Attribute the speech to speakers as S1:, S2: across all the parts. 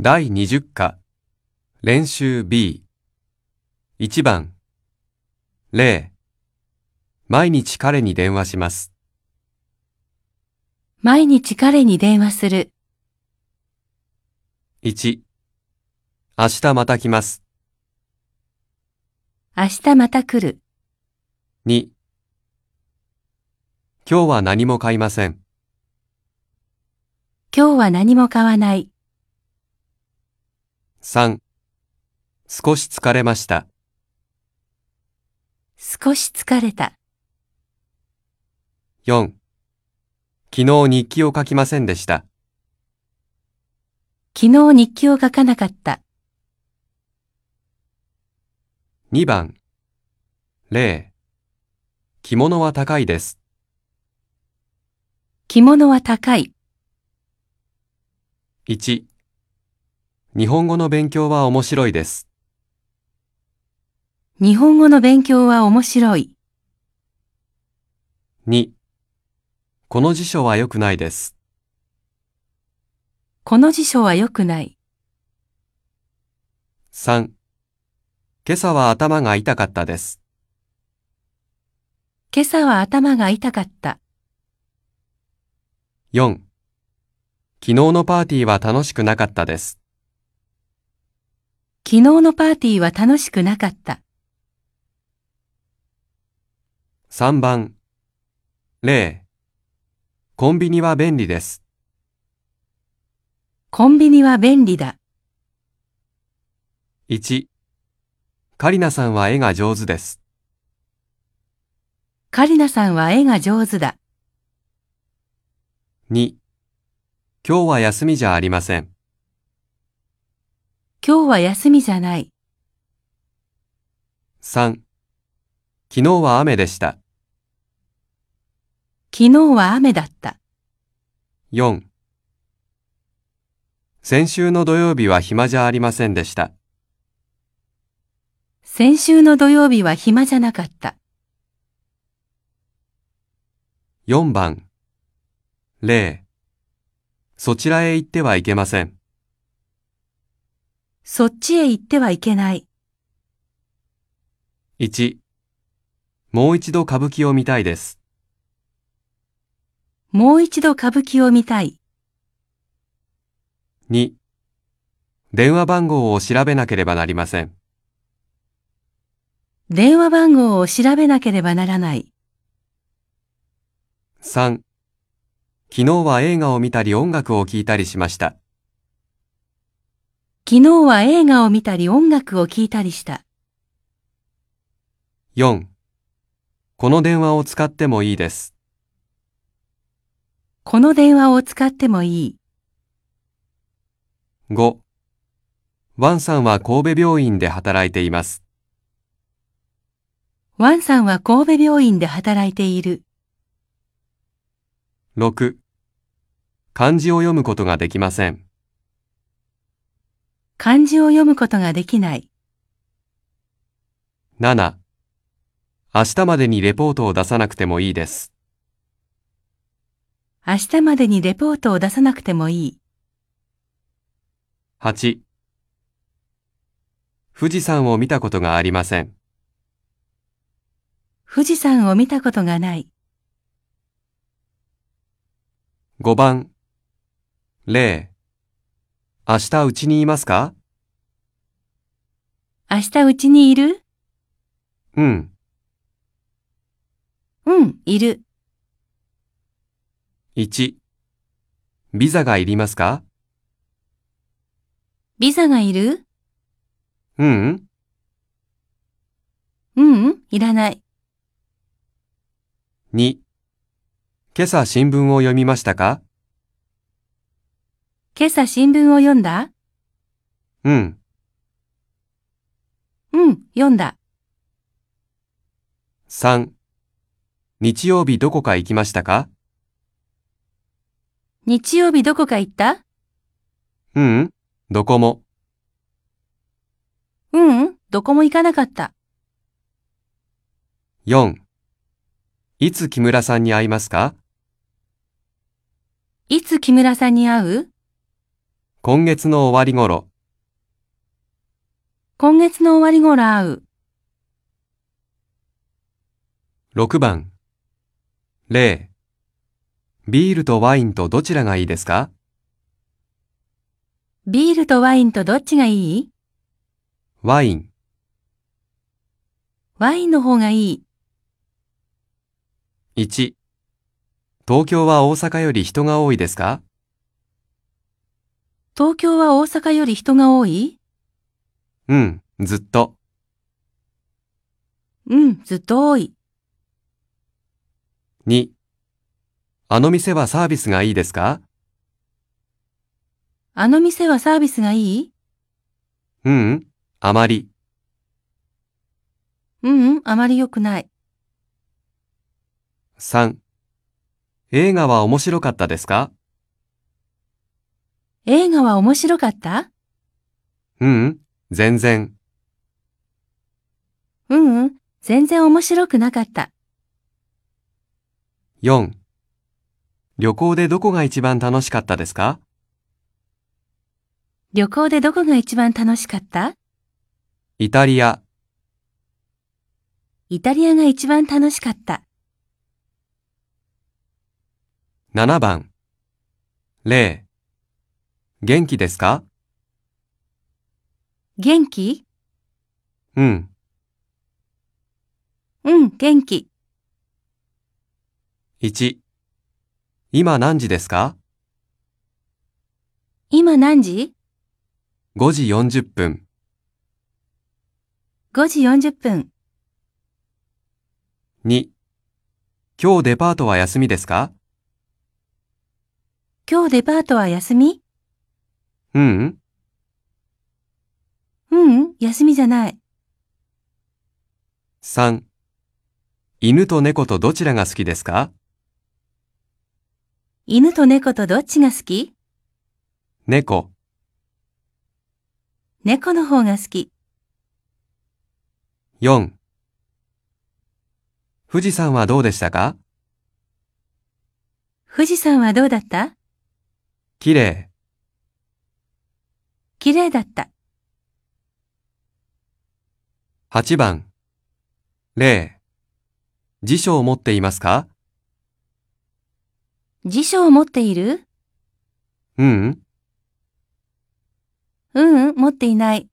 S1: 第20課、練習 B。1番、0。毎日彼に電話します。
S2: 毎日彼に電話する。
S1: 1、明日また来ます。
S2: 明日また来る。
S1: 2、今日は何も買いません。
S2: 今日は何も買わない。
S1: 3、少し疲れました。
S2: 少し疲れた。
S1: 4、昨日日記を書きませんでした。
S2: 昨日日記を書かなかった。
S1: 2番、0。着物は高いです。
S2: 着物は高い。
S1: 1日本語の勉強は面白いです。
S2: 日本語の勉強は面白い。
S1: 2この辞書は良くないです。
S2: この辞書は良くない。
S1: 3今朝は頭が痛かったです。
S2: 今朝は頭が痛かった。
S1: 4昨日のパーティーは楽しくなかったです。
S2: 昨日のパーティーは楽しくなかった。
S1: 3番0コンビニは便利です。
S2: コンビニは便利だ。
S1: 1カリナさんは絵が上手です。
S2: カリナさんは絵が上手だ。
S1: 2今日は休みじゃありません。
S2: 今日は休みじゃない。
S1: 3昨日は雨でした。
S2: 昨日は雨だった。
S1: 4先週の土曜日は暇じゃありませんでした。
S2: 先週の土曜日は暇じゃなかった。
S1: 4番0そちらへ行ってはいけません。
S2: そっちへ行ってはいけない。
S1: 1もう一度歌舞伎を見たいです。
S2: もう一度歌舞伎を見たい。
S1: 2電話番号を調べなければなりません。
S2: 電話番号を調べなければならない。
S1: 3昨日は映画を見たり音楽を聴いたりしました。
S2: 昨日は映画を見たり音楽を聴いたりした。
S1: 4この電話を使ってもいいです。
S2: この電話を使ってもいい。
S1: 5. ワンさんは神戸病院で働いています。
S2: ワンさんは神戸病院で働いている。
S1: 6. 漢字を読むことができません。
S2: 漢字を読むことができない。
S1: 7. 明日までにレポートを出さなくてもいいです。
S2: 明日までにレポートを出さなくてもいい。
S1: 8. 富士山を見たことがありません。
S2: 富士山を見たことがない。
S1: 5番。0. 明日うちにいますか
S2: 明日うちにいる
S1: うん。
S2: うん、いる。
S1: 1. ビザがいりますか
S2: ビザがいる
S1: ううん。
S2: うん、うん、いらない。
S1: 2. 今朝新聞を読みましたか
S2: 今朝新聞を読んだ
S1: うん。
S2: うん、読んだ。
S1: 3. 日曜日どこか行きましたか
S2: 日曜日どこか行った
S1: ううん、どこも。
S2: うん、うん、どこも行かなかった。
S1: 4. いつ木村さんに会いますか
S2: いつ木村さんに会う
S1: 今月の終わり頃、
S2: 今月の終わり頃会う。
S1: 6番。0。ビールとワインとどちらがいいですか
S2: ビールとワインとどっちがいい
S1: ワイン。
S2: ワインの方がいい。
S1: 1。東京は大阪より人が多いですか
S2: 東京は大阪より人が多い
S1: うん、ずっと。
S2: うん、ずっと多い。
S1: 2。あの店はサービスがいいですか
S2: あの店はサービスがいいう
S1: うん、あまり。
S2: うん、あまり良くない。
S1: 3。映画は面白かったですか
S2: 映画は面白かった
S1: うん、全然。
S2: うん、うん、全然面白くなかった。
S1: 4。旅行でどこが一番楽しかったですか
S2: 旅行でどこが一番楽しかった
S1: イタリア。
S2: イタリアが一番楽しかった。
S1: 7番。0。元気ですか
S2: 元気
S1: うん。
S2: うん、元気。
S1: 1。今何時ですか
S2: 今何時
S1: ?5 時40分。
S2: ?5 時40分。
S1: 2。今日デパートは休みですか
S2: 今日デパートは休み
S1: うん。
S2: うん、うん、休みじゃない。
S1: 3。犬と猫とどちらが好きですか
S2: 犬と猫とどっちが好き
S1: 猫。
S2: 猫の方が好き。
S1: 4。富士山はどうでしたか
S2: 富士山はどうだった
S1: 綺麗。
S2: 綺麗だった。
S1: 8番。0。辞書を持っていますか
S2: 辞書を持っている
S1: うん。
S2: うん、うん、持っていない。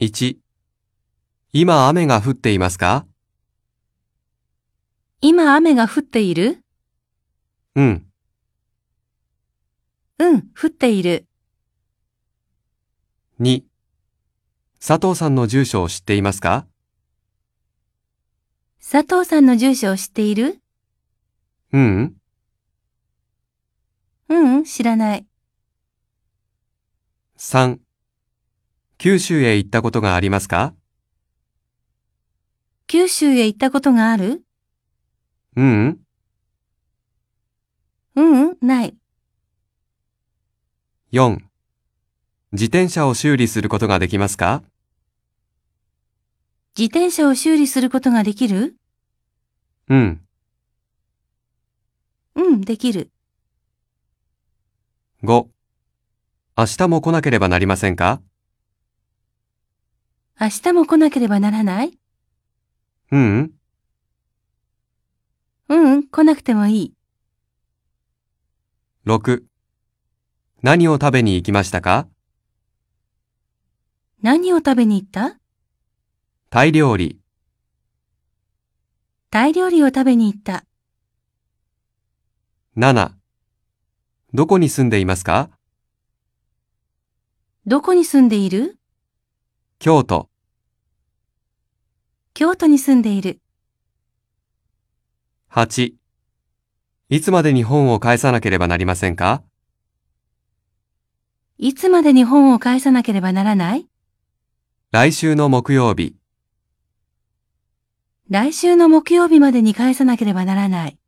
S1: 1。今雨が降っていますか
S2: 今雨が降っている
S1: うん。
S2: うん、降っている。
S1: 2。佐藤さんの住所を知っていますか
S2: 佐藤さんの住所を知っている
S1: うん。
S2: うん、うん、知らない。
S1: 3。九州へ行ったことがありますか
S2: 九州へ行ったことがある
S1: うん。
S2: うん、うん、ない。
S1: 4。自転車を修理することができますか
S2: 自転車を修理することができる
S1: うん。
S2: うん、できる。
S1: 5。明日も来なければなりませんか
S2: 明日も来なければならない
S1: うん。
S2: うん、うん、来なくてもいい。
S1: 6。何を食べに行きましたか
S2: 何を食べに行った
S1: タイ料理。
S2: タイ料理を食べに行った。
S1: 7。どこに住んでいますか
S2: どこに住んでいる
S1: 京都。
S2: 京都に住んでいる。
S1: 8。いつまでに本を返さなければなりませんか
S2: いつまでに本を返さなければならない
S1: 来週の木曜日。
S2: 来週の木曜日までに返さなければならない。